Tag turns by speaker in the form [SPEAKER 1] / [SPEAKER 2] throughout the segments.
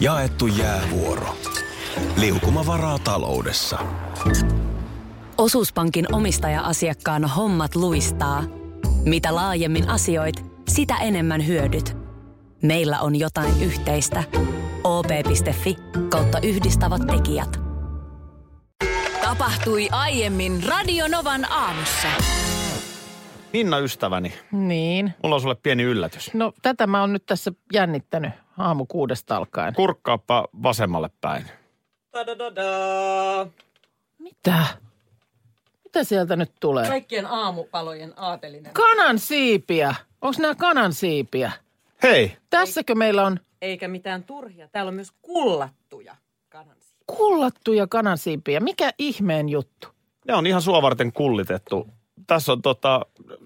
[SPEAKER 1] Jaettu jäävuoro. Liukuma varaa taloudessa.
[SPEAKER 2] Osuuspankin omistaja-asiakkaan hommat luistaa. Mitä laajemmin asioit, sitä enemmän hyödyt. Meillä on jotain yhteistä. op.fi kautta yhdistävät tekijät.
[SPEAKER 3] Tapahtui aiemmin Radionovan aamussa.
[SPEAKER 4] Minna ystäväni,
[SPEAKER 5] Niin.
[SPEAKER 4] mulla on sulle pieni yllätys.
[SPEAKER 5] No tätä mä oon nyt tässä jännittänyt aamu kuudesta alkaen.
[SPEAKER 4] Kurkkaappa vasemmalle päin.
[SPEAKER 5] Mitä? Mitä sieltä nyt tulee?
[SPEAKER 6] Kaikkien aamupalojen aatelinen.
[SPEAKER 5] Kanan siipiä. Onko nämä kanan siipiä?
[SPEAKER 4] Hei,
[SPEAKER 5] Tässäkö meillä on
[SPEAKER 6] Eikä mitään turhia. Täällä on myös kullattuja kanansiipiä.
[SPEAKER 5] kullattuja kanan siipiä? Mikä ihmeen juttu?
[SPEAKER 4] ne on ihan sua varten kullitettu. Tässä on tota,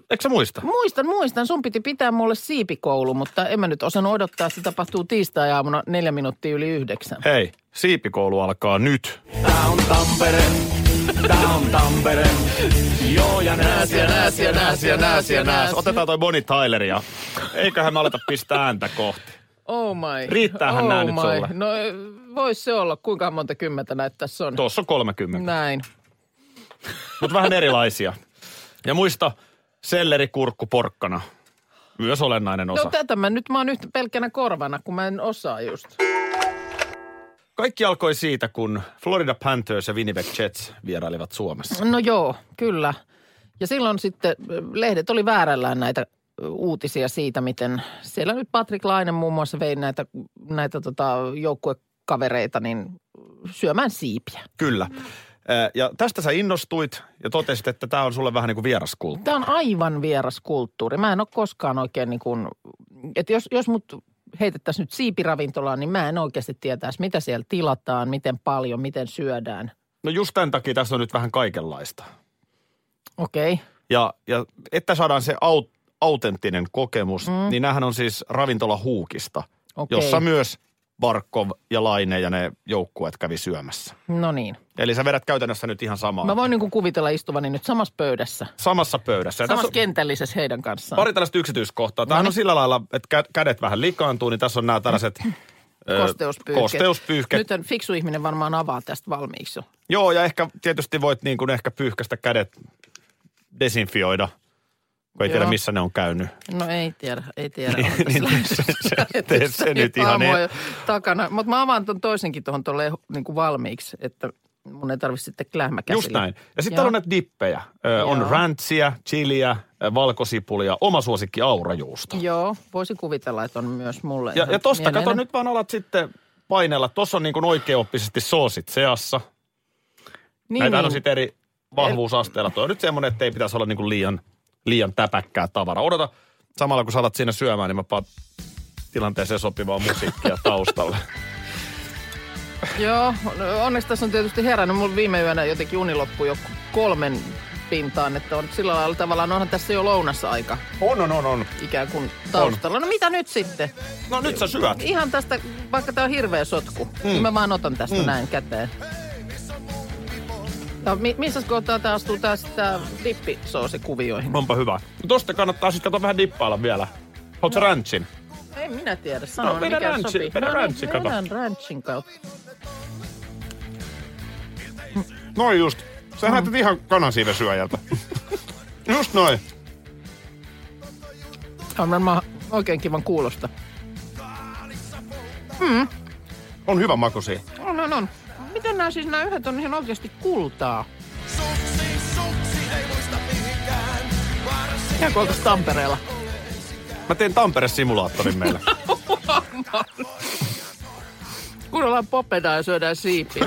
[SPEAKER 4] eikö sä muista?
[SPEAKER 5] Muistan, muistan. Sun piti pitää mulle siipikoulu, mutta en mä nyt osannut odottaa. Se tapahtuu tiistai-aamuna neljä minuuttia yli yhdeksän.
[SPEAKER 4] Hei, siipikoulu alkaa nyt.
[SPEAKER 7] Tää on Tampere. Tää on Tampere. Joo ja nääs ja nääs ja nääs ja nääs ja nääs.
[SPEAKER 4] Otetaan toi Bonnie Tyler ja eiköhän me aleta pistää ääntä kohti.
[SPEAKER 5] Oh my.
[SPEAKER 4] Riittäähän
[SPEAKER 5] oh
[SPEAKER 4] nää
[SPEAKER 5] my.
[SPEAKER 4] nyt sulle.
[SPEAKER 5] No vois se olla. Kuinka monta kymmentä näitä tässä on?
[SPEAKER 4] Tuossa on 30,
[SPEAKER 5] Näin.
[SPEAKER 4] mutta vähän erilaisia. Ja muista, selleri, kurkku, porkkana. Myös olennainen osa.
[SPEAKER 5] No tätä mä nyt mä oon yhtä pelkkänä korvana, kun mä en osaa just.
[SPEAKER 4] Kaikki alkoi siitä, kun Florida Panthers ja Winnipeg Jets vierailivat Suomessa.
[SPEAKER 5] No joo, kyllä. Ja silloin sitten ö, lehdet oli väärällään näitä ö, uutisia siitä, miten siellä nyt Patrik Lainen muun muassa vei näitä, näitä tota, joukkuekavereita niin syömään siipiä.
[SPEAKER 4] Kyllä. Ö, Ja tästä sä innostuit ja totesit, että tämä on sulle vähän niin kuin vieraskulttuuri.
[SPEAKER 5] Tämä on aivan vieras kulttuuri. Mä en ole koskaan oikein niin kuin, että jos, jos mut heitettäisiin nyt siipiravintolaan, niin mä en oikeasti tietäisi, mitä siellä tilataan, miten paljon, miten syödään.
[SPEAKER 4] No just tämän takia tässä on nyt vähän kaikenlaista.
[SPEAKER 5] Okei. Okay.
[SPEAKER 4] Ja, ja että saadaan se aut, autenttinen kokemus, mm. niin näähän on siis ravintola Huukista,
[SPEAKER 5] Okei.
[SPEAKER 4] jossa myös Barkov ja Laine ja ne joukkueet kävi syömässä.
[SPEAKER 5] No niin.
[SPEAKER 4] Eli sä vedät käytännössä nyt ihan samaa.
[SPEAKER 5] Mä voin niin kuin kuvitella istuvani nyt samassa pöydässä,
[SPEAKER 4] Samassa pöydässä. Ja tässä
[SPEAKER 5] samassa
[SPEAKER 4] on
[SPEAKER 5] kentällisessä heidän kanssaan.
[SPEAKER 4] pari tällaista yksityiskohtaa. Tämähän on sillä lailla, että kä- kädet vähän likaantuu, niin tässä on nämä tällaiset ö,
[SPEAKER 5] Kosteuspyyhkeet.
[SPEAKER 4] kosteuspyyhkeet.
[SPEAKER 5] Nyt on fiksu ihminen varmaan avaa tästä valmiiksi jo.
[SPEAKER 4] Joo, ja ehkä tietysti voit niin kuin ehkä pyyhkästä kädet, desinfioida, kun ei
[SPEAKER 5] Joo.
[SPEAKER 4] tiedä missä ne on käynyt.
[SPEAKER 5] No ei tiedä, ei tiedä.
[SPEAKER 4] Niin,
[SPEAKER 5] Oletko
[SPEAKER 4] niin,
[SPEAKER 5] sä
[SPEAKER 4] niin, se- se-
[SPEAKER 5] lähdössä
[SPEAKER 4] tee se nyt ihan
[SPEAKER 5] aamulla
[SPEAKER 4] e-
[SPEAKER 5] jo takana. Mutta mä avaan ton toisenkin tuohon tuolle niin valmiiksi, että mun ei tarvitse sitten klähmä käsillä.
[SPEAKER 4] Just näin. Ja sitten
[SPEAKER 5] Joo.
[SPEAKER 4] täällä on näitä dippejä. Ö, on
[SPEAKER 5] Joo.
[SPEAKER 4] rantsiä, chiliä, ö, valkosipulia, oma suosikki aurajuusto.
[SPEAKER 5] Joo, voisi kuvitella, että on myös mulle.
[SPEAKER 4] Ja,
[SPEAKER 5] ihan
[SPEAKER 4] ja tosta kato,
[SPEAKER 5] mieleinen.
[SPEAKER 4] nyt vaan alat sitten painella. Tuossa on niin kuin oikeoppisesti soosit seassa.
[SPEAKER 5] niin,
[SPEAKER 4] Näitä on sitten eri vahvuusasteella. Tuo on nyt semmoinen, että ei pitäisi olla niin kuin liian, liian täpäkkää tavaraa. Odota, samalla kun sä alat siinä syömään, niin mä paan tilanteeseen sopivaa musiikkia taustalle.
[SPEAKER 5] Joo, no onneksi tässä on tietysti herännyt. Mulla viime yönä jotenkin uni loppui jo kolmen pintaan, että on sillä lailla tavallaan onhan tässä jo lounassa aika
[SPEAKER 4] On, on, on, on.
[SPEAKER 5] ikään kuin taustalla. No mitä nyt sitten?
[SPEAKER 4] No nyt sä syöt.
[SPEAKER 5] Ihan tästä, vaikka tää on hirveä sotku, mm. niin mä vaan otan tästä mm. näin käteen. Tää, on- mi- missä kohtaa tää astuu tää, tää dippisoosikuvioihin?
[SPEAKER 4] Onpa hyvä. No tosta kannattaa sitten kato vähän dippailla vielä. Haluatko no. ranchin?
[SPEAKER 5] Ei minä tiedä, sano
[SPEAKER 4] No, vedä
[SPEAKER 5] mikä
[SPEAKER 4] ranchi-
[SPEAKER 5] sopii.
[SPEAKER 4] vedä ranchi, kato.
[SPEAKER 5] Vedän ranchin kautta.
[SPEAKER 4] Noin just. Sä mm. näytät ihan kanansiivesyöjältä. just noin.
[SPEAKER 5] Tää on varmaan oikein kivan kuulosta.
[SPEAKER 4] On hyvä makusi.
[SPEAKER 5] On, on, on. Miten nämä siis nämä yhdet on ihan oikeasti kultaa? Ihan kuin oltais Tampereella.
[SPEAKER 4] Mä teen Tampere-simulaattorin meillä.
[SPEAKER 5] Kuunnellaan popedaa ja syödään siipiä.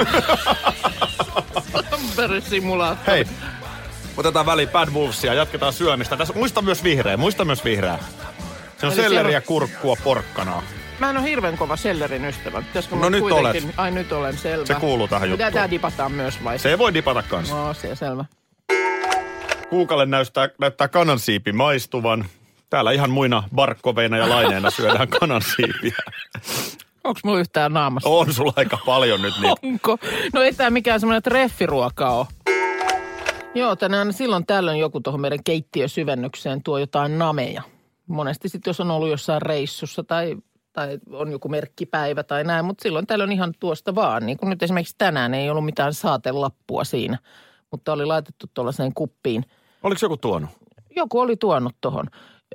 [SPEAKER 5] Tampere-simulaattori.
[SPEAKER 4] Hei, otetaan väliin Bad Wolvesia, jatketaan syömistä. Tässä, muista myös vihreä, muista myös vihreä. Se on
[SPEAKER 5] Eli
[SPEAKER 4] selleriä,
[SPEAKER 5] siellä-
[SPEAKER 4] kurkkua, porkkanaa.
[SPEAKER 5] Mä en ole hirveän kova sellerin ystävä. Pitäisikö
[SPEAKER 4] No
[SPEAKER 5] mun
[SPEAKER 4] nyt
[SPEAKER 5] kuitenkin...
[SPEAKER 4] olet.
[SPEAKER 5] Ai nyt olen, selvä.
[SPEAKER 4] Se kuuluu tähän
[SPEAKER 5] Pitää
[SPEAKER 4] juttuun.
[SPEAKER 5] tää dipataan myös vai?
[SPEAKER 4] Se ei voi dipata kanssa.
[SPEAKER 5] No, se selvä.
[SPEAKER 4] Kuukalle näyttää, näyttää kanansiipi maistuvan. Täällä ihan muina barkkoveina ja laineena syödään kanansiipiä.
[SPEAKER 5] Onks mulla yhtään naamassa?
[SPEAKER 4] On sulla aika paljon nyt niitä.
[SPEAKER 5] Onko? No ei tää mikään semmoinen treffiruoka oo. Joo, tänään silloin tällöin joku tuohon meidän keittiösyvennykseen tuo jotain nameja. Monesti sitten, jos on ollut jossain reissussa tai tai on joku merkkipäivä tai näin, mutta silloin täällä on ihan tuosta vaan. Niin kuin nyt esimerkiksi tänään ei ollut mitään saatelappua siinä, mutta oli laitettu tuollaiseen kuppiin.
[SPEAKER 4] Oliko joku tuonut?
[SPEAKER 5] Joku oli tuonut tuohon.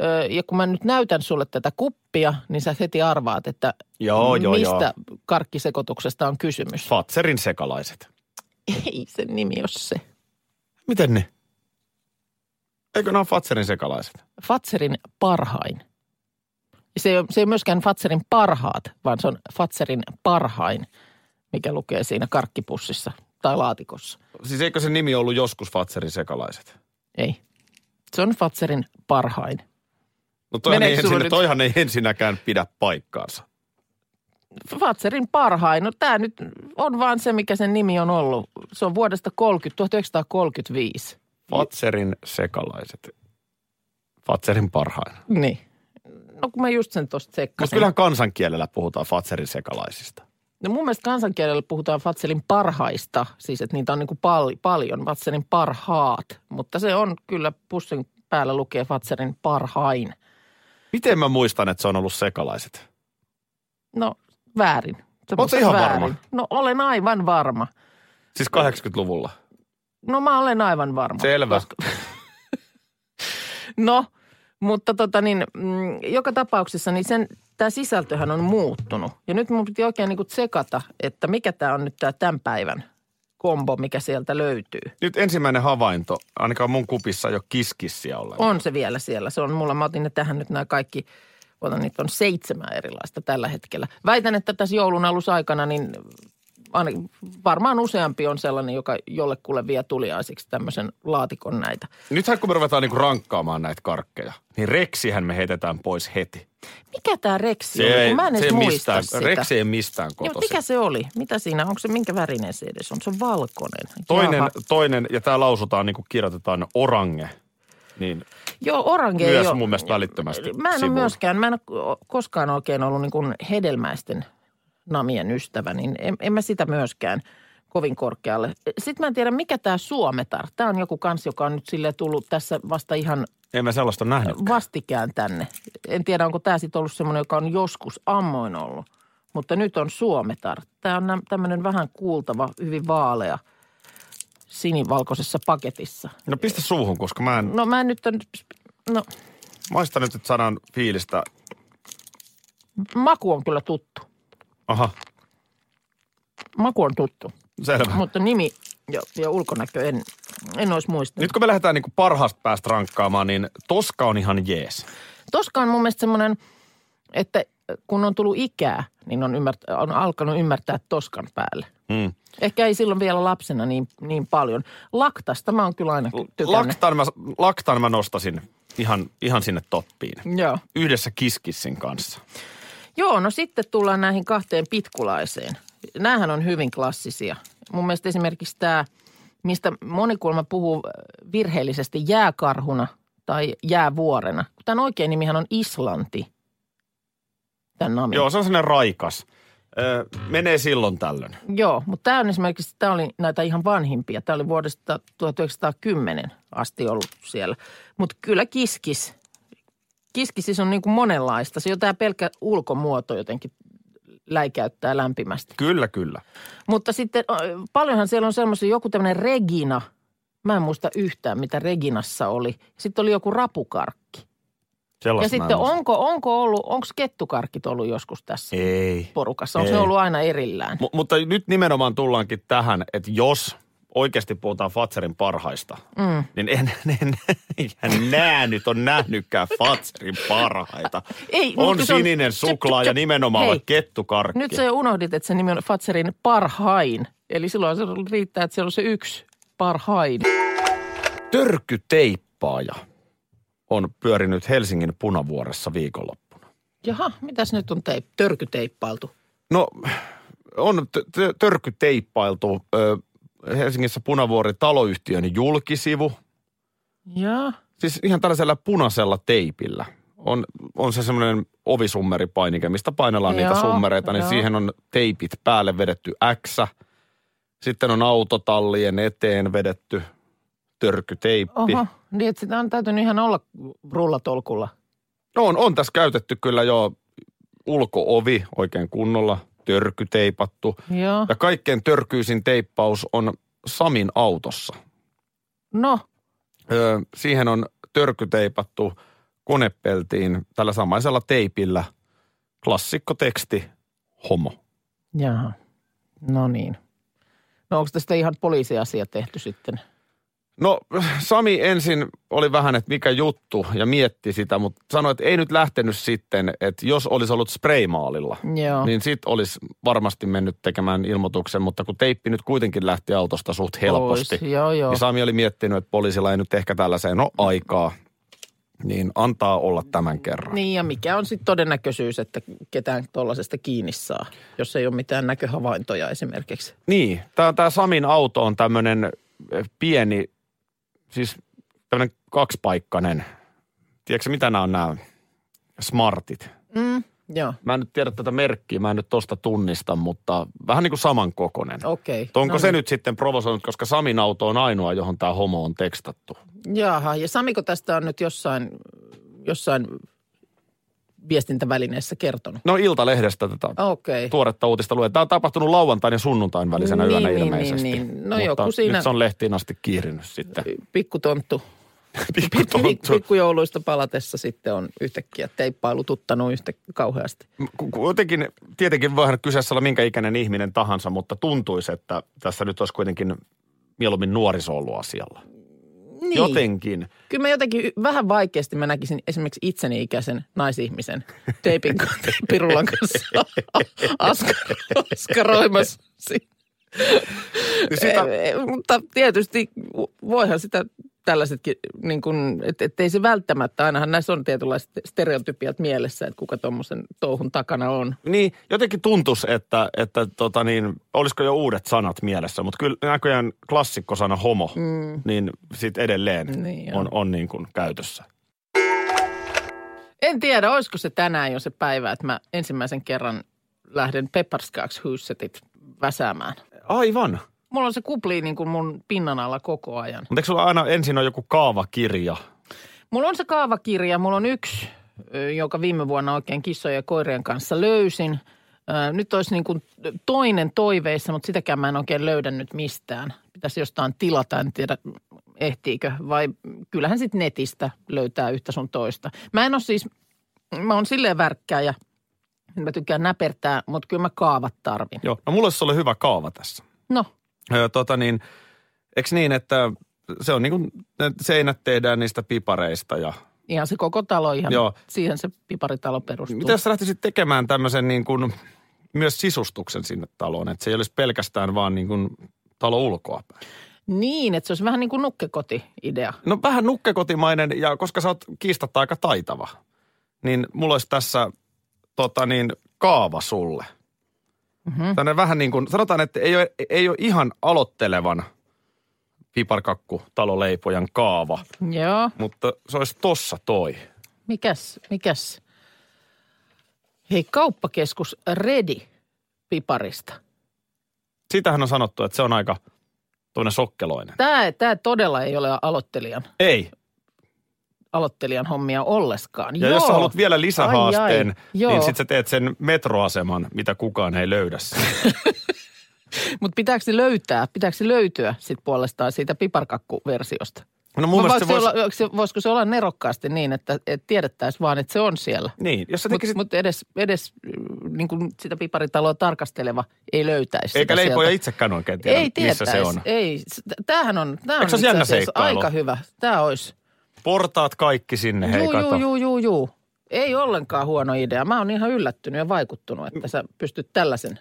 [SPEAKER 5] Öö, ja kun mä nyt näytän sulle tätä kuppia, niin sä heti arvaat, että
[SPEAKER 4] Joo, joo,
[SPEAKER 5] mistä karkkisekotuksesta on kysymys.
[SPEAKER 4] Fatserin sekalaiset.
[SPEAKER 5] Ei sen nimi ole se.
[SPEAKER 4] Miten ne? Eikö nämä ole Fatserin sekalaiset?
[SPEAKER 5] Fatserin parhain. Se ei, ole, se ei ole myöskään Fatserin parhaat, vaan se on Fatserin parhain, mikä lukee siinä karkkipussissa tai laatikossa.
[SPEAKER 4] Siis eikö se nimi ollut joskus Fatserin sekalaiset?
[SPEAKER 5] Ei. Se on Fatserin parhain.
[SPEAKER 4] No toihan ei,
[SPEAKER 5] Meneekö sulla
[SPEAKER 4] ensin,
[SPEAKER 5] nyt-
[SPEAKER 4] toihan ei ensinnäkään pidä paikkaansa.
[SPEAKER 5] Fatserin parhain, no tämä nyt on vaan se, mikä sen nimi on ollut. Se on vuodesta 30, 1935.
[SPEAKER 4] Fatserin sekalaiset. Fatserin parhain.
[SPEAKER 5] Niin. No kun mä just sen tosta
[SPEAKER 4] Mutta
[SPEAKER 5] tsekkasin.
[SPEAKER 4] kyllähän kansankielellä puhutaan Fatserin sekalaisista.
[SPEAKER 5] No mun mielestä kansankielellä puhutaan Fatselin parhaista, siis että niitä on niin kuin pal- paljon, Fatselin parhaat, mutta se on kyllä pussin päällä lukee Fatserin parhain.
[SPEAKER 4] Miten mä muistan, että se on ollut sekalaiset?
[SPEAKER 5] No väärin. Sä
[SPEAKER 4] Oot sä
[SPEAKER 5] muistat
[SPEAKER 4] ihan varma?
[SPEAKER 5] No olen aivan varma.
[SPEAKER 4] Siis 80-luvulla.
[SPEAKER 5] No mä olen aivan varma.
[SPEAKER 4] Selvä.
[SPEAKER 5] No, mutta tota niin, mm, joka tapauksessa niin sen, tämä sisältöhän on muuttunut. Ja nyt mun piti oikein niin tsekata, että mikä tämä on nyt tämä tämän päivän kombo, mikä sieltä löytyy.
[SPEAKER 4] Nyt ensimmäinen havainto, ainakaan mun kupissa ei ole kiskissiä ollenkaan.
[SPEAKER 5] On se vielä siellä. Se on mulla. Mä otin ne tähän nyt nämä kaikki. Otan, niitä on seitsemän erilaista tällä hetkellä. Väitän, että tässä joulun alusaikana niin aina- varmaan useampi on sellainen, joka jollekulle vie tuliaisiksi tämmöisen laatikon näitä.
[SPEAKER 4] Nythän kun me ruvetaan niinku rankkaamaan näitä karkkeja, niin reksihän me heitetään pois heti.
[SPEAKER 5] Mikä tämä reksi oli? Kun mä en
[SPEAKER 4] se
[SPEAKER 5] edes
[SPEAKER 4] ei
[SPEAKER 5] muista
[SPEAKER 4] mistään,
[SPEAKER 5] sitä. Niin,
[SPEAKER 4] Reksi ei mistään
[SPEAKER 5] Joo,
[SPEAKER 4] kotoisin.
[SPEAKER 5] mikä se oli? Mitä siinä? Onko se, minkä värinen se edes on? Se on valkoinen.
[SPEAKER 4] Toinen,
[SPEAKER 5] Jaaha.
[SPEAKER 4] toinen, ja tämä lausutaan niin kuin kirjoitetaan orange, niin
[SPEAKER 5] Joo, orange ei
[SPEAKER 4] myös
[SPEAKER 5] ole.
[SPEAKER 4] mun mielestä välittömästi
[SPEAKER 5] Mä en ole
[SPEAKER 4] sivuun.
[SPEAKER 5] myöskään, mä en ole koskaan oikein ollut niin kuin hedelmäisten namien ystävä, niin en, en mä sitä myöskään kovin korkealle. Sitten mä en tiedä, mikä tämä suometar. Tämä on joku kans, joka on nyt sille tullut tässä vasta ihan
[SPEAKER 4] en mä sellaista nähnyt.
[SPEAKER 5] vastikään tänne. En tiedä, onko tämä sitten ollut semmoinen, joka on joskus ammoin ollut. Mutta nyt on suometar. Tämä on tämmöinen vähän kuultava, hyvin vaalea sinivalkoisessa paketissa.
[SPEAKER 4] No pistä suuhun, koska mä en,
[SPEAKER 5] No mä en nyt, on- no
[SPEAKER 4] maista nyt, että saadaan fiilistä.
[SPEAKER 5] maku on kyllä tuttu.
[SPEAKER 4] Aha,
[SPEAKER 5] Maku on tuttu,
[SPEAKER 4] selvä.
[SPEAKER 5] mutta nimi ja, ja ulkonäkö en, en olisi muistanut.
[SPEAKER 4] Nyt kun me lähdetään niin kuin parhaasta päästä rankkaamaan, niin toska on ihan jees.
[SPEAKER 5] Toska on mun mielestä semmoinen, että kun on tullut ikää, niin on, ymmärtä, on alkanut ymmärtää toskan päälle.
[SPEAKER 4] Mm.
[SPEAKER 5] Ehkä ei silloin vielä lapsena niin, niin paljon. Laktasta mä oon kyllä aina tykännyt.
[SPEAKER 4] Laktan mä, laktan mä nostasin ihan, ihan sinne toppiin.
[SPEAKER 5] Joo.
[SPEAKER 4] Yhdessä kiskissin kanssa.
[SPEAKER 5] Niin. Joo, no sitten tullaan näihin kahteen pitkulaiseen. Nämähän on hyvin klassisia. Mun mielestä esimerkiksi tämä, mistä monikulma puhuu äh, virheellisesti jääkarhuna tai jäävuorena. Tämän oikein nimihän on Islanti, tämän namin.
[SPEAKER 4] Joo, se on sellainen raikas. Öö, menee silloin tällöin.
[SPEAKER 5] Joo, mutta tämä on esimerkiksi, tämä oli näitä ihan vanhimpia. Tämä oli vuodesta 1910 asti ollut siellä. Mutta kyllä kiskis. Kiskis siis on niin kuin monenlaista. Se jo tämä pelkkä ulkomuoto jotenkin läikäyttää lämpimästi.
[SPEAKER 4] Kyllä, kyllä.
[SPEAKER 5] Mutta sitten ö, paljonhan siellä on semmoisia, joku tämmöinen Regina. Mä en muista yhtään, mitä Reginassa oli. Sitten oli joku rapukarkki.
[SPEAKER 4] Sellaista
[SPEAKER 5] Ja
[SPEAKER 4] mä en
[SPEAKER 5] sitten
[SPEAKER 4] muista.
[SPEAKER 5] onko, onko ollut, onko kettukarkit ollut joskus tässä
[SPEAKER 4] Ei.
[SPEAKER 5] porukassa? Onko
[SPEAKER 4] Ei.
[SPEAKER 5] ne ollut aina erillään?
[SPEAKER 4] M- mutta nyt nimenomaan tullaankin tähän, että jos oikeasti puhutaan Fatserin parhaista, mm. niin en, en, en nää nyt on nähnytkään Fatserin parhaita.
[SPEAKER 5] Ei,
[SPEAKER 4] on
[SPEAKER 5] mutta se on-
[SPEAKER 4] sininen suklaa ja nimenomaan
[SPEAKER 5] Hei,
[SPEAKER 4] Hei. kettukarkki.
[SPEAKER 5] Nyt sä jo unohdit, että se nimi on Fatserin parhain. Eli silloin se riittää, että siellä on se yksi parhain.
[SPEAKER 4] Törkyteippaaja on pyörinyt Helsingin punavuoressa viikonloppuna.
[SPEAKER 5] Jaha, mitäs nyt on teip, törkyteippailtu?
[SPEAKER 4] No, on t- t- törkyteippailtu ö, Helsingissä punavuori taloyhtiön julkisivu –
[SPEAKER 5] Jaa.
[SPEAKER 4] siis ihan tällaisella punaisella teipillä. On, on se semmoinen ovisummeripainike, mistä painellaan niitä
[SPEAKER 5] Joo,
[SPEAKER 4] summereita, niin
[SPEAKER 5] joo.
[SPEAKER 4] siihen on teipit päälle vedetty X. Sitten on autotallien eteen vedetty törkyteippi.
[SPEAKER 5] Oho, niin että sitä on täytynyt ihan olla rullatolkulla.
[SPEAKER 4] No on, on tässä käytetty kyllä jo ulkoovi oikein kunnolla, törkyteipattu.
[SPEAKER 5] Joo.
[SPEAKER 4] Ja kaikkein törkyisin teippaus on Samin autossa.
[SPEAKER 5] No,
[SPEAKER 4] Öö, siihen on törkyteipattu konepeltiin tällä samaisella teipillä klassikkoteksti homo.
[SPEAKER 5] jaha. No niin. No onko tästä ihan poliisiasia tehty sitten?
[SPEAKER 4] No Sami ensin oli vähän, että mikä juttu ja mietti sitä, mutta sanoi, että ei nyt lähtenyt sitten, että jos olisi ollut spraymaalilla,
[SPEAKER 5] Joo.
[SPEAKER 4] niin sit olisi varmasti mennyt tekemään ilmoituksen, mutta kun teippi nyt kuitenkin lähti autosta suht helposti,
[SPEAKER 5] Pois. Joo, joo.
[SPEAKER 4] niin Sami oli miettinyt, että poliisilla ei nyt ehkä tällaiseen ole aikaa, niin antaa olla tämän kerran.
[SPEAKER 5] Niin ja mikä on sitten todennäköisyys, että ketään tuollaisesta kiinni saa, jos ei ole mitään näköhavaintoja esimerkiksi?
[SPEAKER 4] Niin, tämä, tämä Samin auto on tämmöinen pieni, siis tämmöinen kaksipaikkainen. Tiedätkö mitä nämä on nämä smartit?
[SPEAKER 5] Mm. Joo,
[SPEAKER 4] Mä en nyt tiedä tätä merkkiä, mä en nyt tosta tunnista, mutta vähän niin kuin samankokoinen.
[SPEAKER 5] okei. niin. Okay.
[SPEAKER 4] Onko no se nyt sitten provosoinut, koska Samin auto on ainoa, johon tämä homo on tekstattu?
[SPEAKER 5] Jaha, ja Samiko tästä on nyt jossain, jossain viestintävälineessä kertonut?
[SPEAKER 4] No Iltalehdestä tätä
[SPEAKER 5] Okei. Okay.
[SPEAKER 4] tuoretta uutista luen. Tämä on tapahtunut lauantain ja sunnuntain välisenä
[SPEAKER 5] Niin,
[SPEAKER 4] yönä
[SPEAKER 5] niin,
[SPEAKER 4] ilmeisesti.
[SPEAKER 5] niin, niin. No
[SPEAKER 4] Mutta
[SPEAKER 5] joku siinä-
[SPEAKER 4] Nyt se on lehtiin asti kiirinyt sitten.
[SPEAKER 5] Pikkutonttu.
[SPEAKER 4] Pikkutonttu.
[SPEAKER 5] Pikkujouluista palatessa sitten on yhtäkkiä teippailu tuttanut yhtä kauheasti.
[SPEAKER 4] Ku- ku- Jotenkin, tietenkin voihan kyseessä olla minkä ikäinen ihminen tahansa, mutta tuntuisi, että tässä nyt olisi kuitenkin mieluummin nuoriso ollut asialla.
[SPEAKER 5] Niin.
[SPEAKER 4] Jotenkin.
[SPEAKER 5] Kyllä mä jotenkin y- vähän vaikeasti mä näkisin esimerkiksi itseni ikäisen naisihmisen teipin kanssa, pirullan kanssa askar, askaroimassa. si-
[SPEAKER 4] Niin
[SPEAKER 5] Sitä...
[SPEAKER 4] sitä,
[SPEAKER 5] Mutta tietysti voihan sitä tällaisetkin, niin kun, et, et ei se välttämättä, ainahan näissä on tietynlaiset stereotypiat mielessä, että kuka tuommoisen touhun takana on.
[SPEAKER 4] niin, jotenkin tuntuisi, että, että tota niin, olisiko jo uudet sanat mielessä, mutta kyllä näköjään klassikkosana homo, mm. niin sit edelleen
[SPEAKER 5] Niin
[SPEAKER 4] niin
[SPEAKER 5] on.
[SPEAKER 4] on, on niin kuin käytössä.
[SPEAKER 5] En tiedä, olisiko se tänään jo se päivä, että mä ensimmäisen kerran lähden Pepparskaks Hyssetit väsäämään.
[SPEAKER 4] Aivan.
[SPEAKER 5] Mulla on se kupli niin kuin mun pinnan alla koko ajan.
[SPEAKER 4] Mutta eikö sulla aina ensin ole joku kaavakirja?
[SPEAKER 5] Mulla on se kaavakirja, mulla on yksi, ö, jonka viime vuonna oikein kissojen ja koirien kanssa löysin. Ö, Nyt olisi niin kuin toinen toiveissa, mutta sitäkään mä en oikein löydännyt mistään. Pitäisi jostain tilata, en tiedä ehtiikö, vai kyllähän sitten netistä löytää yhtä sun toista. Mä en ole siis, mä oon silleen värkkääjä, että mä tykkään näpertää, mutta kyllä mä kaavat tarvin.
[SPEAKER 4] Joo. No mulla olisi sulle hyvä kaava tässä.
[SPEAKER 5] No,
[SPEAKER 4] Öö, tota niin, eikö niin, että se on niin kuin, ne seinät tehdään niistä pipareista ja...
[SPEAKER 5] ihan se koko talo ihan, Joo.
[SPEAKER 4] Joo.
[SPEAKER 5] siihen se piparitalo perustuu.
[SPEAKER 4] Mitä jos sä lähtisit tekemään tämmöisen niin kuin, myös sisustuksen sinne taloon, että se ei olisi pelkästään vaan niin kuin talo ulkoa päin.
[SPEAKER 5] Niin, että se olisi vähän niin kuin nukkekoti-idea.
[SPEAKER 4] No vähän nukkekotimainen ja koska sä oot kiistatta aika taitava, niin mulla olisi tässä tota niin, kaava sulle. Mm-hmm. Tänne vähän niin kuin, sanotaan, että ei ole, ei ole ihan aloittelevan piparkakku taloleipojan kaava,
[SPEAKER 5] Joo.
[SPEAKER 4] mutta se olisi tossa toi.
[SPEAKER 5] Mikäs, mikäs? Hei, kauppakeskus Redi piparista.
[SPEAKER 4] Siitähän on sanottu, että se on aika tuonne sokkeloinen.
[SPEAKER 5] Tämä, tämä todella ei ole aloittelijan,
[SPEAKER 4] Ei.
[SPEAKER 5] aloittelijan hommia olleskaan.
[SPEAKER 4] Ja Joo. jos sä haluat vielä lisähaasteen,
[SPEAKER 5] Ai, ai. Joo.
[SPEAKER 4] niin sit sä teet sen metroaseman, mitä kukaan ei löydä. siitä.
[SPEAKER 5] Mutta pitääkö se löytää, pitääkö se löytyä sit puolestaan siitä piparkakkuversiosta?
[SPEAKER 4] No mun mielestä se
[SPEAKER 5] voiko
[SPEAKER 4] voisi...
[SPEAKER 5] se olla, voiko se- voisiko se olla nerokkaasti niin, että, että tiedettäisiin vaan, että se on siellä?
[SPEAKER 4] Niin, jos sä
[SPEAKER 5] Mutta
[SPEAKER 4] tekisit...
[SPEAKER 5] mut edes, edes mm, niin kuin sitä piparitaloa tarkasteleva ei löytäisi
[SPEAKER 4] Eikä
[SPEAKER 5] sitä
[SPEAKER 4] leipoja
[SPEAKER 5] sieltä.
[SPEAKER 4] itsekään oikein tiedä,
[SPEAKER 5] ei
[SPEAKER 4] missä se
[SPEAKER 5] tietäis.
[SPEAKER 4] on.
[SPEAKER 5] Ei, S- t- tämähän on, tämä on
[SPEAKER 4] Eikö se
[SPEAKER 5] itse
[SPEAKER 4] ole jännä
[SPEAKER 5] asiassa
[SPEAKER 4] seikkailu?
[SPEAKER 5] aika hyvä. Tämä olisi.
[SPEAKER 4] Portaat kaikki sinne, hei
[SPEAKER 5] juu,
[SPEAKER 4] kato.
[SPEAKER 5] juu, juu, juu, juu. Ei ollenkaan huono idea. Mä oon ihan yllättynyt ja vaikuttunut, että sä pystyt tällaisen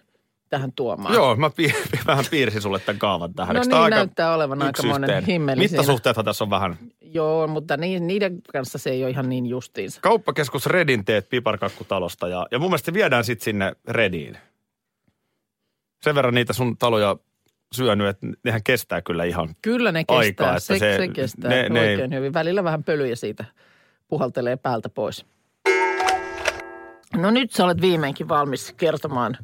[SPEAKER 5] tähän tuomaan.
[SPEAKER 4] Joo, mä piir- vähän piirsin sulle tämän kaavan tähän.
[SPEAKER 5] No
[SPEAKER 4] Eikö
[SPEAKER 5] niin,
[SPEAKER 4] tää aika
[SPEAKER 5] näyttää olevan
[SPEAKER 4] yksi
[SPEAKER 5] aikamoinen
[SPEAKER 4] yhteen?
[SPEAKER 5] himmeli siinä.
[SPEAKER 4] Mittasuhteethan tässä on vähän.
[SPEAKER 5] Joo, mutta ni- niiden kanssa se ei ole ihan niin justiinsa.
[SPEAKER 4] Kauppakeskus Redin teet piparkakkutalosta ja, ja mun mielestä se viedään sitten sinne Rediin. Sen verran niitä sun taloja syönyt, että nehän kestää kyllä ihan.
[SPEAKER 5] Kyllä ne
[SPEAKER 4] Aikaa,
[SPEAKER 5] kestää,
[SPEAKER 4] että
[SPEAKER 5] se, se,
[SPEAKER 4] se-
[SPEAKER 5] se kestää ne,
[SPEAKER 4] ne- ne-
[SPEAKER 5] oikein hyvin. Välillä vähän pölyjä siitä puhaltelee päältä pois. No nyt sä olet viimeinkin valmis kertomaan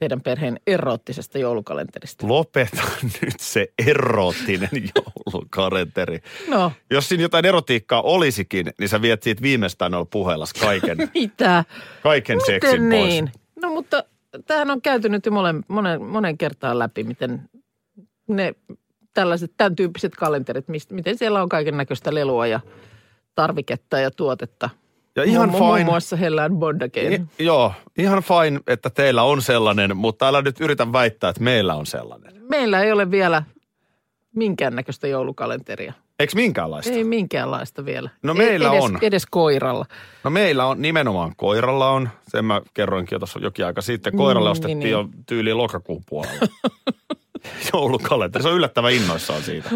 [SPEAKER 5] teidän perheen eroottisesta joulukalenterista?
[SPEAKER 4] Lopeta nyt se eroottinen joulukalenteri.
[SPEAKER 5] No,
[SPEAKER 4] Jos siinä jotain erotiikkaa olisikin, niin sä viet siitä viimeistään olla puheellas kaiken,
[SPEAKER 5] mitä?
[SPEAKER 4] kaiken seksin
[SPEAKER 5] Miten
[SPEAKER 4] pois.
[SPEAKER 5] niin? No mutta tämähän on käyty nyt jo monen, monen, monen kertaan läpi, miten ne tällaiset tämän tyyppiset kalenterit, mist, miten siellä on kaiken näköistä lelua ja tarviketta ja tuotetta.
[SPEAKER 4] Ja ihan
[SPEAKER 5] muun, muun
[SPEAKER 4] fine.
[SPEAKER 5] muassa hellään bondageen.
[SPEAKER 4] I, joo, ihan fine, että teillä on sellainen, mutta älä nyt yritä väittää, että meillä on sellainen.
[SPEAKER 5] Meillä ei ole vielä minkäännäköistä joulukalenteria.
[SPEAKER 4] Eikö minkäänlaista?
[SPEAKER 5] Ei minkäänlaista vielä.
[SPEAKER 4] No
[SPEAKER 5] E-
[SPEAKER 4] meillä
[SPEAKER 5] edes,
[SPEAKER 4] on.
[SPEAKER 5] Edes koiralla.
[SPEAKER 4] No meillä on nimenomaan koiralla on. Sen mä kerroinkin jo tuossa jokin aika sitten. Koiralle
[SPEAKER 5] Mm,
[SPEAKER 4] ostettiin
[SPEAKER 5] niin,
[SPEAKER 4] jo tyyliin lokakuun puolella. Joulukalenteri. Se on yllättävän innoissaan siitä.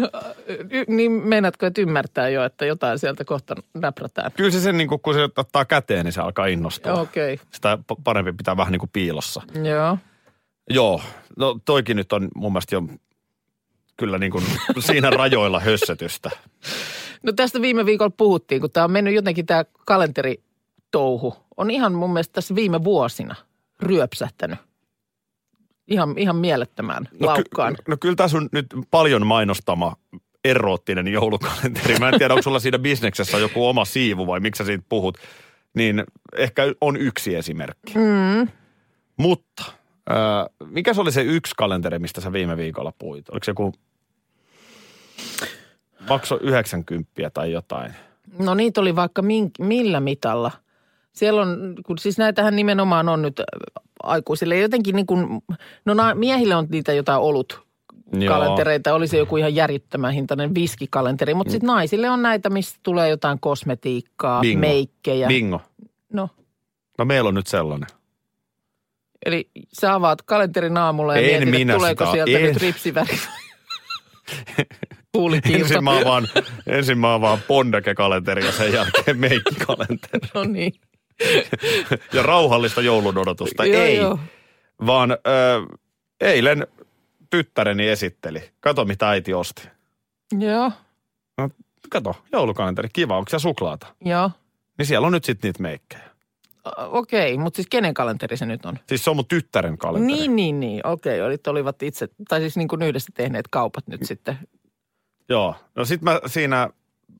[SPEAKER 5] Y- niin meinaatko, että ymmärtää jo, että jotain sieltä kohta näprätään?
[SPEAKER 4] Kyllä se sen, niin kun se ottaa käteen, niin se alkaa innostua.
[SPEAKER 5] Okei,
[SPEAKER 4] Sitä p- parempi pitää vähän niin kuin piilossa.
[SPEAKER 5] okay. joo.
[SPEAKER 4] Joo, no toikin nyt on mun mielestä jo kyllä niin kuin siinä rajoilla hössötystä.
[SPEAKER 5] No tästä viime viikolla puhuttiin, kun tämä on mennyt jotenkin tämä kalenteritouhu. On ihan mun mielestä tässä viime vuosina ryöpsähtänyt. Ihan, ihan mielettömään no, laukkaan.
[SPEAKER 4] No, ky- no kyllä tässä on nyt paljon mainostama eroottinen joulukalenteri. Mä en tiedä, onko sulla siinä bisneksessä joku oma siivu vai miksi sä siitä puhut. Niin ehkä on yksi esimerkki. Mm. Mutta äh, mikä se oli se yksi kalenteri, mistä sä viime viikolla puhuit? Oliko se joku makso 90 tai jotain?
[SPEAKER 5] No niitä oli vaikka mink, millä mitalla. Siellä on, kun siis näitähän nimenomaan on nyt äh, aikuisille jotenkin niin kuin, no na, miehillä on niitä jotain olut kalentereita, oli se joku ihan järjettömän hintainen viskikalenteri, mutta sitten naisille on näitä, missä tulee jotain kosmetiikkaa,
[SPEAKER 4] Mm. Bingo.
[SPEAKER 5] meikkejä.
[SPEAKER 4] Bingo.
[SPEAKER 5] No,
[SPEAKER 4] No meillä on nyt sellainen.
[SPEAKER 5] eli sä avaat kalenterin aamulla ja
[SPEAKER 4] En
[SPEAKER 5] mietit, että
[SPEAKER 4] minä
[SPEAKER 5] tuleeko
[SPEAKER 4] sitä-
[SPEAKER 5] sieltä
[SPEAKER 4] en.
[SPEAKER 5] nyt ripsiväri. Puulikiilto.
[SPEAKER 4] Ensin mä avaan, ensin mä avaan pondake-kalenteri ja sen jälkeen meikkikalenteri.
[SPEAKER 5] No niin.
[SPEAKER 4] Ja rauhallista joulun odotusta. ei, vaan ö, eilen tyttäreni esitteli. Kato, mitä äiti osti.
[SPEAKER 5] Joo,
[SPEAKER 4] No, kato, joulukalenteri, kiva, onko se suklaata?
[SPEAKER 5] joo.
[SPEAKER 4] Niin siellä on nyt sitten niitä meikkejä.
[SPEAKER 5] O- Okei, mutta siis kenen kalenteri se nyt on?
[SPEAKER 4] Siis se on mun tyttären kalenteri.
[SPEAKER 5] Niin, niin, niin. Okei, olit, olivat itse, tai siis niin kuin yhdessä tehneet kaupat nyt sitten.
[SPEAKER 4] Joo. No sit mä siinä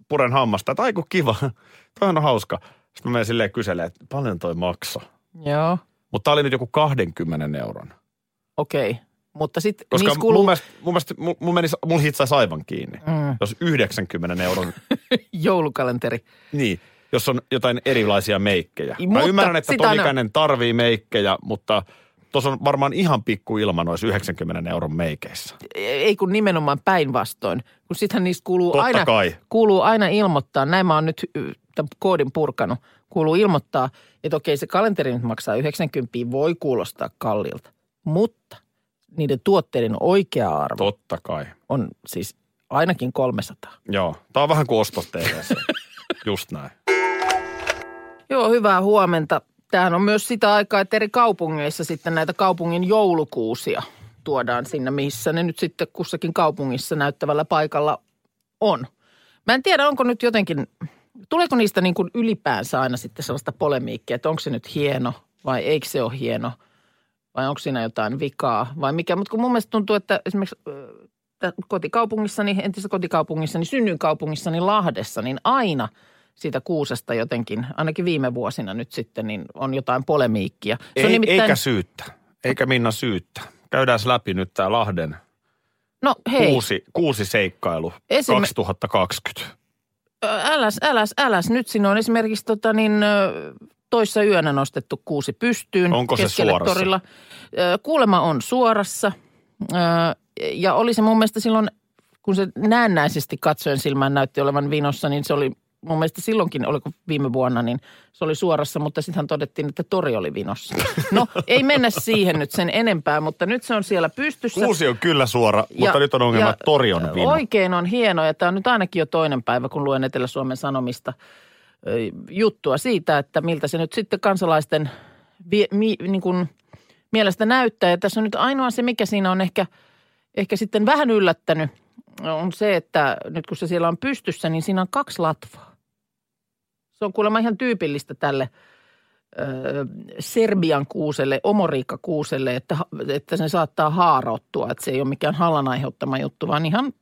[SPEAKER 4] puren hammasta, että aiku kiva, toihan on hauska. Sitten mä menen silleen kyselemään, että paljon toi maksaa.
[SPEAKER 5] Joo.
[SPEAKER 4] Mutta tää oli nyt joku 20 euron.
[SPEAKER 5] Okei. Mutta sitten
[SPEAKER 4] Koska
[SPEAKER 5] niissä
[SPEAKER 4] mun
[SPEAKER 5] kuluu...
[SPEAKER 4] mielestä, mun, mielestä, mun, mun menisi, mun hitsaisi aivan kiinni.
[SPEAKER 5] Mm,
[SPEAKER 4] Jos 90 euron,
[SPEAKER 5] joulukalenteri.
[SPEAKER 4] niin, jos on jotain erilaisia meikkejä. Mä
[SPEAKER 5] Mutta
[SPEAKER 4] ymmärrän, että
[SPEAKER 5] sitä
[SPEAKER 4] ton
[SPEAKER 5] on-
[SPEAKER 4] ikäinen tarvii meikkejä, mutta tuossa on varmaan ihan pikku ilma noissa 90 euron meikeissä.
[SPEAKER 5] Ei kun nimenomaan päinvastoin. Kun sittenhän niistä kuuluu
[SPEAKER 4] Totta
[SPEAKER 5] aina,
[SPEAKER 4] kai.
[SPEAKER 5] kuuluu aina ilmoittaa, näin mä oon nyt y, tämän koodin purkanut, kuuluu ilmoittaa, että okei se kalenteri nyt maksaa 90, voi kuulostaa kalliilta. Mutta niiden tuotteiden oikea arvo
[SPEAKER 4] Totta kai.
[SPEAKER 5] on siis ainakin 300.
[SPEAKER 4] Joo. Tää on vähän kuin ostos TV:ssä. Just näin.
[SPEAKER 5] Joo, hyvää huomenta. Tämähän on myös sitä aikaa, että eri kaupungeissa sitten näitä kaupungin joulukuusia tuodaan sinne, missä ne nyt sitten kussakin kaupungissa näyttävällä paikalla on. Mä en tiedä, onko nyt jotenkin, tuleeko niistä niin kuin ylipäänsä aina sitten sellaista polemiikkia, että onko se nyt hieno vai eikö se ole hieno vai onko siinä jotain vikaa vai mikä. Mutta kun mun mielestä tuntuu, että esimerkiksi ö, tä- kotikaupungissani, entisessä kotikaupungissani, synnynkaupungissani Lahdessa, niin aina siitä kuusesta jotenkin, ainakin viime vuosina nyt sitten, niin on jotain polemiikkia. Se
[SPEAKER 4] Ei,
[SPEAKER 5] on
[SPEAKER 4] Eikä syyttä. Eikä Minna syyttä. Käydään läpi nyt tää Lahden
[SPEAKER 5] no hei,
[SPEAKER 4] kuusi, kuusi seikkailu
[SPEAKER 5] Esim-
[SPEAKER 4] 2020.
[SPEAKER 5] Ö, Äläs, äläs, äläs. Nyt siinä on esimerkiksi tota niin, ö, toissa yönä nostettu kuusi pystyyn.
[SPEAKER 4] Onko se
[SPEAKER 5] keskelle
[SPEAKER 4] suorassa?
[SPEAKER 5] Torilla. Ö, Kuulema on suorassa. Ö, Ja oli se mun mielestä silloin, kun se näennäisesti katsoen silmään näytti olevan vinossa, niin se oli mun mielestä silloinkin, oliko viime vuonna, niin se oli suorassa, mutta sittenhän todettiin, että tori oli vinossa. No, ei mennä siihen nyt sen enempää, mutta nyt se on siellä pystyssä.
[SPEAKER 4] Kuusi on kyllä suora, mutta nyt on ongelma,
[SPEAKER 5] ja
[SPEAKER 4] että Tori on vino.
[SPEAKER 5] Oikein on hienoa ja tämä on nyt ainakin jo toinen päivä, kun luen Etelä-Suomen Sanomista ö, juttua siitä, että miltä se nyt sitten kansalaisten vie, mi, niin kuin mielestä näyttää. Ja tässä on nyt ainoa se, mikä siinä on ehkä, ehkä sitten vähän yllättänyt, on se, että nyt kun se siellä on pystyssä, niin siinä on kaksi latvaa. Se on kuulemma ihan tyypillistä tälle ö, Serbian kuuselle, omoriikka kuuselle, että, ha- että se saattaa haarottua, että se ei ole mikään hallan aiheuttama juttu, vaan ihan,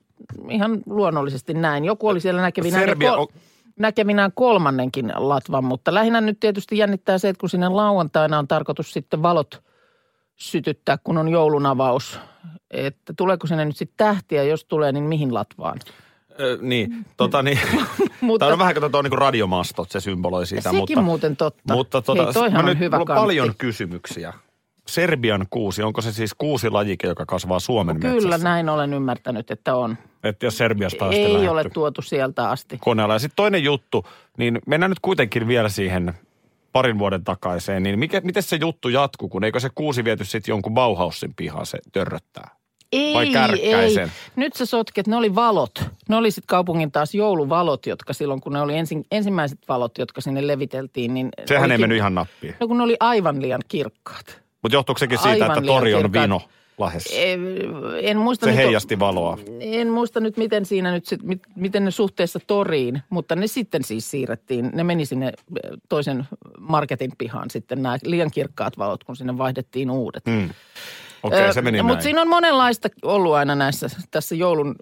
[SPEAKER 5] ihan luonnollisesti näin. Joku oli siellä näkevinään,
[SPEAKER 4] Serbia on-
[SPEAKER 5] näkevinään kolmannenkin latvan, mutta lähinnä nyt tietysti jännittää se, että kun sinne lauantaina on tarkoitus sitten valot sytyttää, kun on joulunavaus, että tuleeko sinne nyt sitten tähtiä, jos tulee, niin mihin latvaan?
[SPEAKER 4] Ö, niin, tota niin.
[SPEAKER 5] Mutta-
[SPEAKER 4] Mutta... Tämä on vähän, kato, tuo on niin kuin radiomastot, se symboloi sitä.
[SPEAKER 5] Sekin
[SPEAKER 4] mutta,
[SPEAKER 5] muuten totta.
[SPEAKER 4] Mutta tota,
[SPEAKER 5] Hei, toihan
[SPEAKER 4] mä
[SPEAKER 5] on
[SPEAKER 4] nyt,
[SPEAKER 5] hyvä
[SPEAKER 4] mulla on
[SPEAKER 5] kantti.
[SPEAKER 4] paljon kysymyksiä. Serbian kuusi, onko se siis kuusi lajike, joka kasvaa Suomen
[SPEAKER 5] Kyllä,
[SPEAKER 4] metsässä?
[SPEAKER 5] näin olen ymmärtänyt, että on.
[SPEAKER 4] Että jos Serbiasta on sitten
[SPEAKER 5] Ei
[SPEAKER 4] lähdetty
[SPEAKER 5] ole tuotu sieltä asti.
[SPEAKER 4] koneella. Ja sitten toinen juttu, niin mennään nyt kuitenkin vielä siihen parin vuoden takaiseen, niin mikä, miten se juttu jatkuu, kun eikö se kuusi viety sitten jonkun Bauhausin pihaan se törröttää?
[SPEAKER 5] Ei,
[SPEAKER 4] Vai
[SPEAKER 5] ei.
[SPEAKER 4] Kärkkäisen?
[SPEAKER 5] Nyt sä sotket, ne oli valot. Ne oli sitten kaupungin taas jouluvalot, jotka silloin, kun ne oli ensin, ensimmäiset valot, jotka sinne leviteltiin, niin...
[SPEAKER 4] Sehän
[SPEAKER 5] olikin-
[SPEAKER 4] ei mennyt ihan nappiin.
[SPEAKER 5] No kun ne oli aivan liian kirkkaat.
[SPEAKER 4] Mutta johtuuko sekin siitä,
[SPEAKER 5] Aivan
[SPEAKER 4] että Tori
[SPEAKER 5] liian No
[SPEAKER 4] on
[SPEAKER 5] kirkkaat.
[SPEAKER 4] vino lahessa?
[SPEAKER 5] En, en muista
[SPEAKER 4] Se
[SPEAKER 5] nyt-
[SPEAKER 4] heijasti valoa.
[SPEAKER 5] En muista nyt, miten siinä nyt, sit, mit- miten ne suhteessa toriin, mutta ne sitten siis siirrettiin, ne meni sinne ö, toisen marketin pihaan sitten nämä liian kirkkaat valot, kun sinne vaihdettiin uudet.
[SPEAKER 4] Mm. Okei, okay, se meni
[SPEAKER 5] Mutta
[SPEAKER 4] näin.
[SPEAKER 5] no, siinä on monenlaista ollut aina näissä, tässä joulun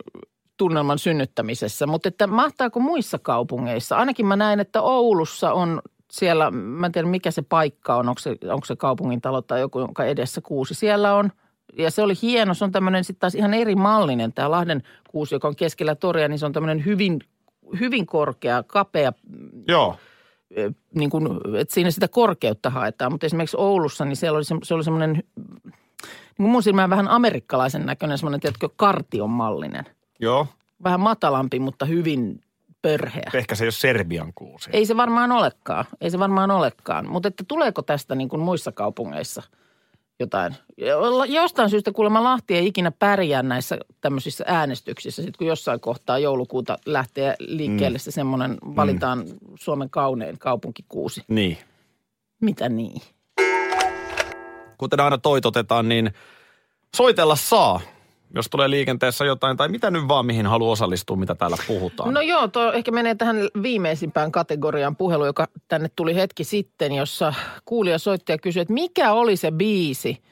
[SPEAKER 5] tunnelman synnyttämisessä. Mutta että mahtaako muissa kaupungeissa? Ainakin mä näen, että Oulussa on siellä, mä en tiedä mikä se paikka on, onko se, onko se kaupungintalo tai joku, jonka edessä kuusi siellä on. Ja se oli hieno, se on tämmöinen sitten taas ihan eri mallinen tämä Lahden kuusi, joka on keskellä toria, niin se on tämmöinen hyvin, hyvin korkea, kapea
[SPEAKER 4] Joo,
[SPEAKER 5] ö, niin kuin, että siinä sitä korkeutta haetaan. Mutta esimerkiksi Oulussa, niin siellä oli, se, se oli semmoinen, niin kuin mun silmään vähän amerikkalaisen näköinen, semmoinen, tiedätkö, kartion mallinen.
[SPEAKER 4] joo.
[SPEAKER 5] Vähän matalampi, mutta hyvin pörheä.
[SPEAKER 4] Ehkä se ei ole Serbian kuusi.
[SPEAKER 5] Ei se varmaan olekaan, ei se varmaan olekaan. Mutta että tuleeko tästä niin kuin muissa kaupungeissa jotain? Jo- Jostain syystä kuulemma Lahti ei ikinä pärjää näissä tämmöisissä äänestyksissä. Sitten kun jossain kohtaa joulukuuta lähtee liikkeelle se semmoinen, valitaan Suomen kaunein kaupunkikuusi.
[SPEAKER 4] Niin.
[SPEAKER 5] Mitä niin?
[SPEAKER 4] Kuten aina toitotetaan, niin soitella saa, jos tulee liikenteessä jotain, tai mitä nyt vaan, mihin haluaa osallistua, mitä täällä puhutaan.
[SPEAKER 5] No joo, tuo ehkä menee tähän viimeisimpään kategoriaan puhelu, joka tänne tuli hetki sitten, jossa kuulija soitti ja kysyi, että mikä oli se biisi,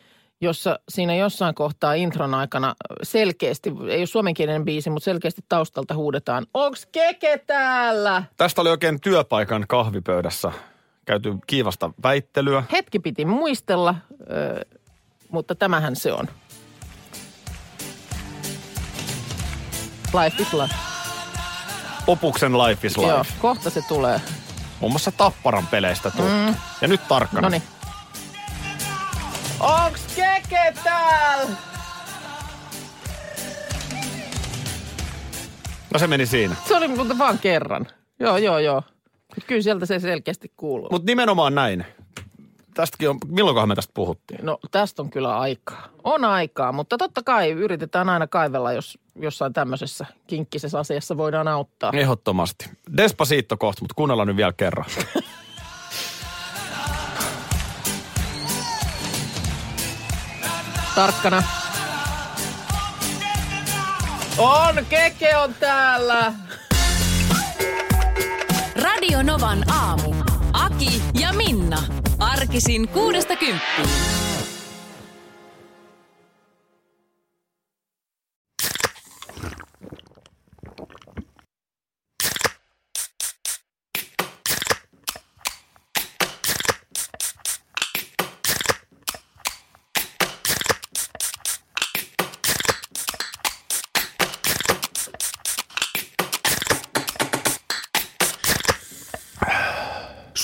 [SPEAKER 5] jossa siinä jossain kohtaa intron aikana selkeästi, ei ole suomenkielinen biisi, mutta selkeästi taustalta huudetaan, onks keke täällä?
[SPEAKER 4] Tästä oli oikein työpaikan kahvipöydässä käyty kiivasta väittelyä.
[SPEAKER 5] Hetki piti muistella, ö, mutta tämähän se on. Life is life.
[SPEAKER 4] Opuksen Life is Life.
[SPEAKER 5] Joo, kohta se tulee.
[SPEAKER 4] Muun muassa Tapparan peleistä tuli. Mm. Ja nyt tarkkana.
[SPEAKER 5] No niin. Onks keke täällä?
[SPEAKER 4] No se meni siinä.
[SPEAKER 5] Se oli mutta vaan kerran. Joo, joo, joo. Mut Kyllä sieltä se selkeästi kuuluu. Mut.
[SPEAKER 4] Mutta nimenomaan näin. Tästäkin on, milloinkohan me tästä puhuttiin?
[SPEAKER 5] No tästä on kyllä aikaa. On aikaa, mutta totta kai yritetään aina kaivella, jos jossain tämmöisessä kinkkisessä asiassa voidaan auttaa.
[SPEAKER 4] Ehdottomasti. Despacito kohta, mutta kuunnellaan nyt vielä kerran.
[SPEAKER 5] Tarkkana. On, keke on täällä.
[SPEAKER 3] Radio Novan aamu. Aki ja Minna. Arkisin kuudesta kymppiin.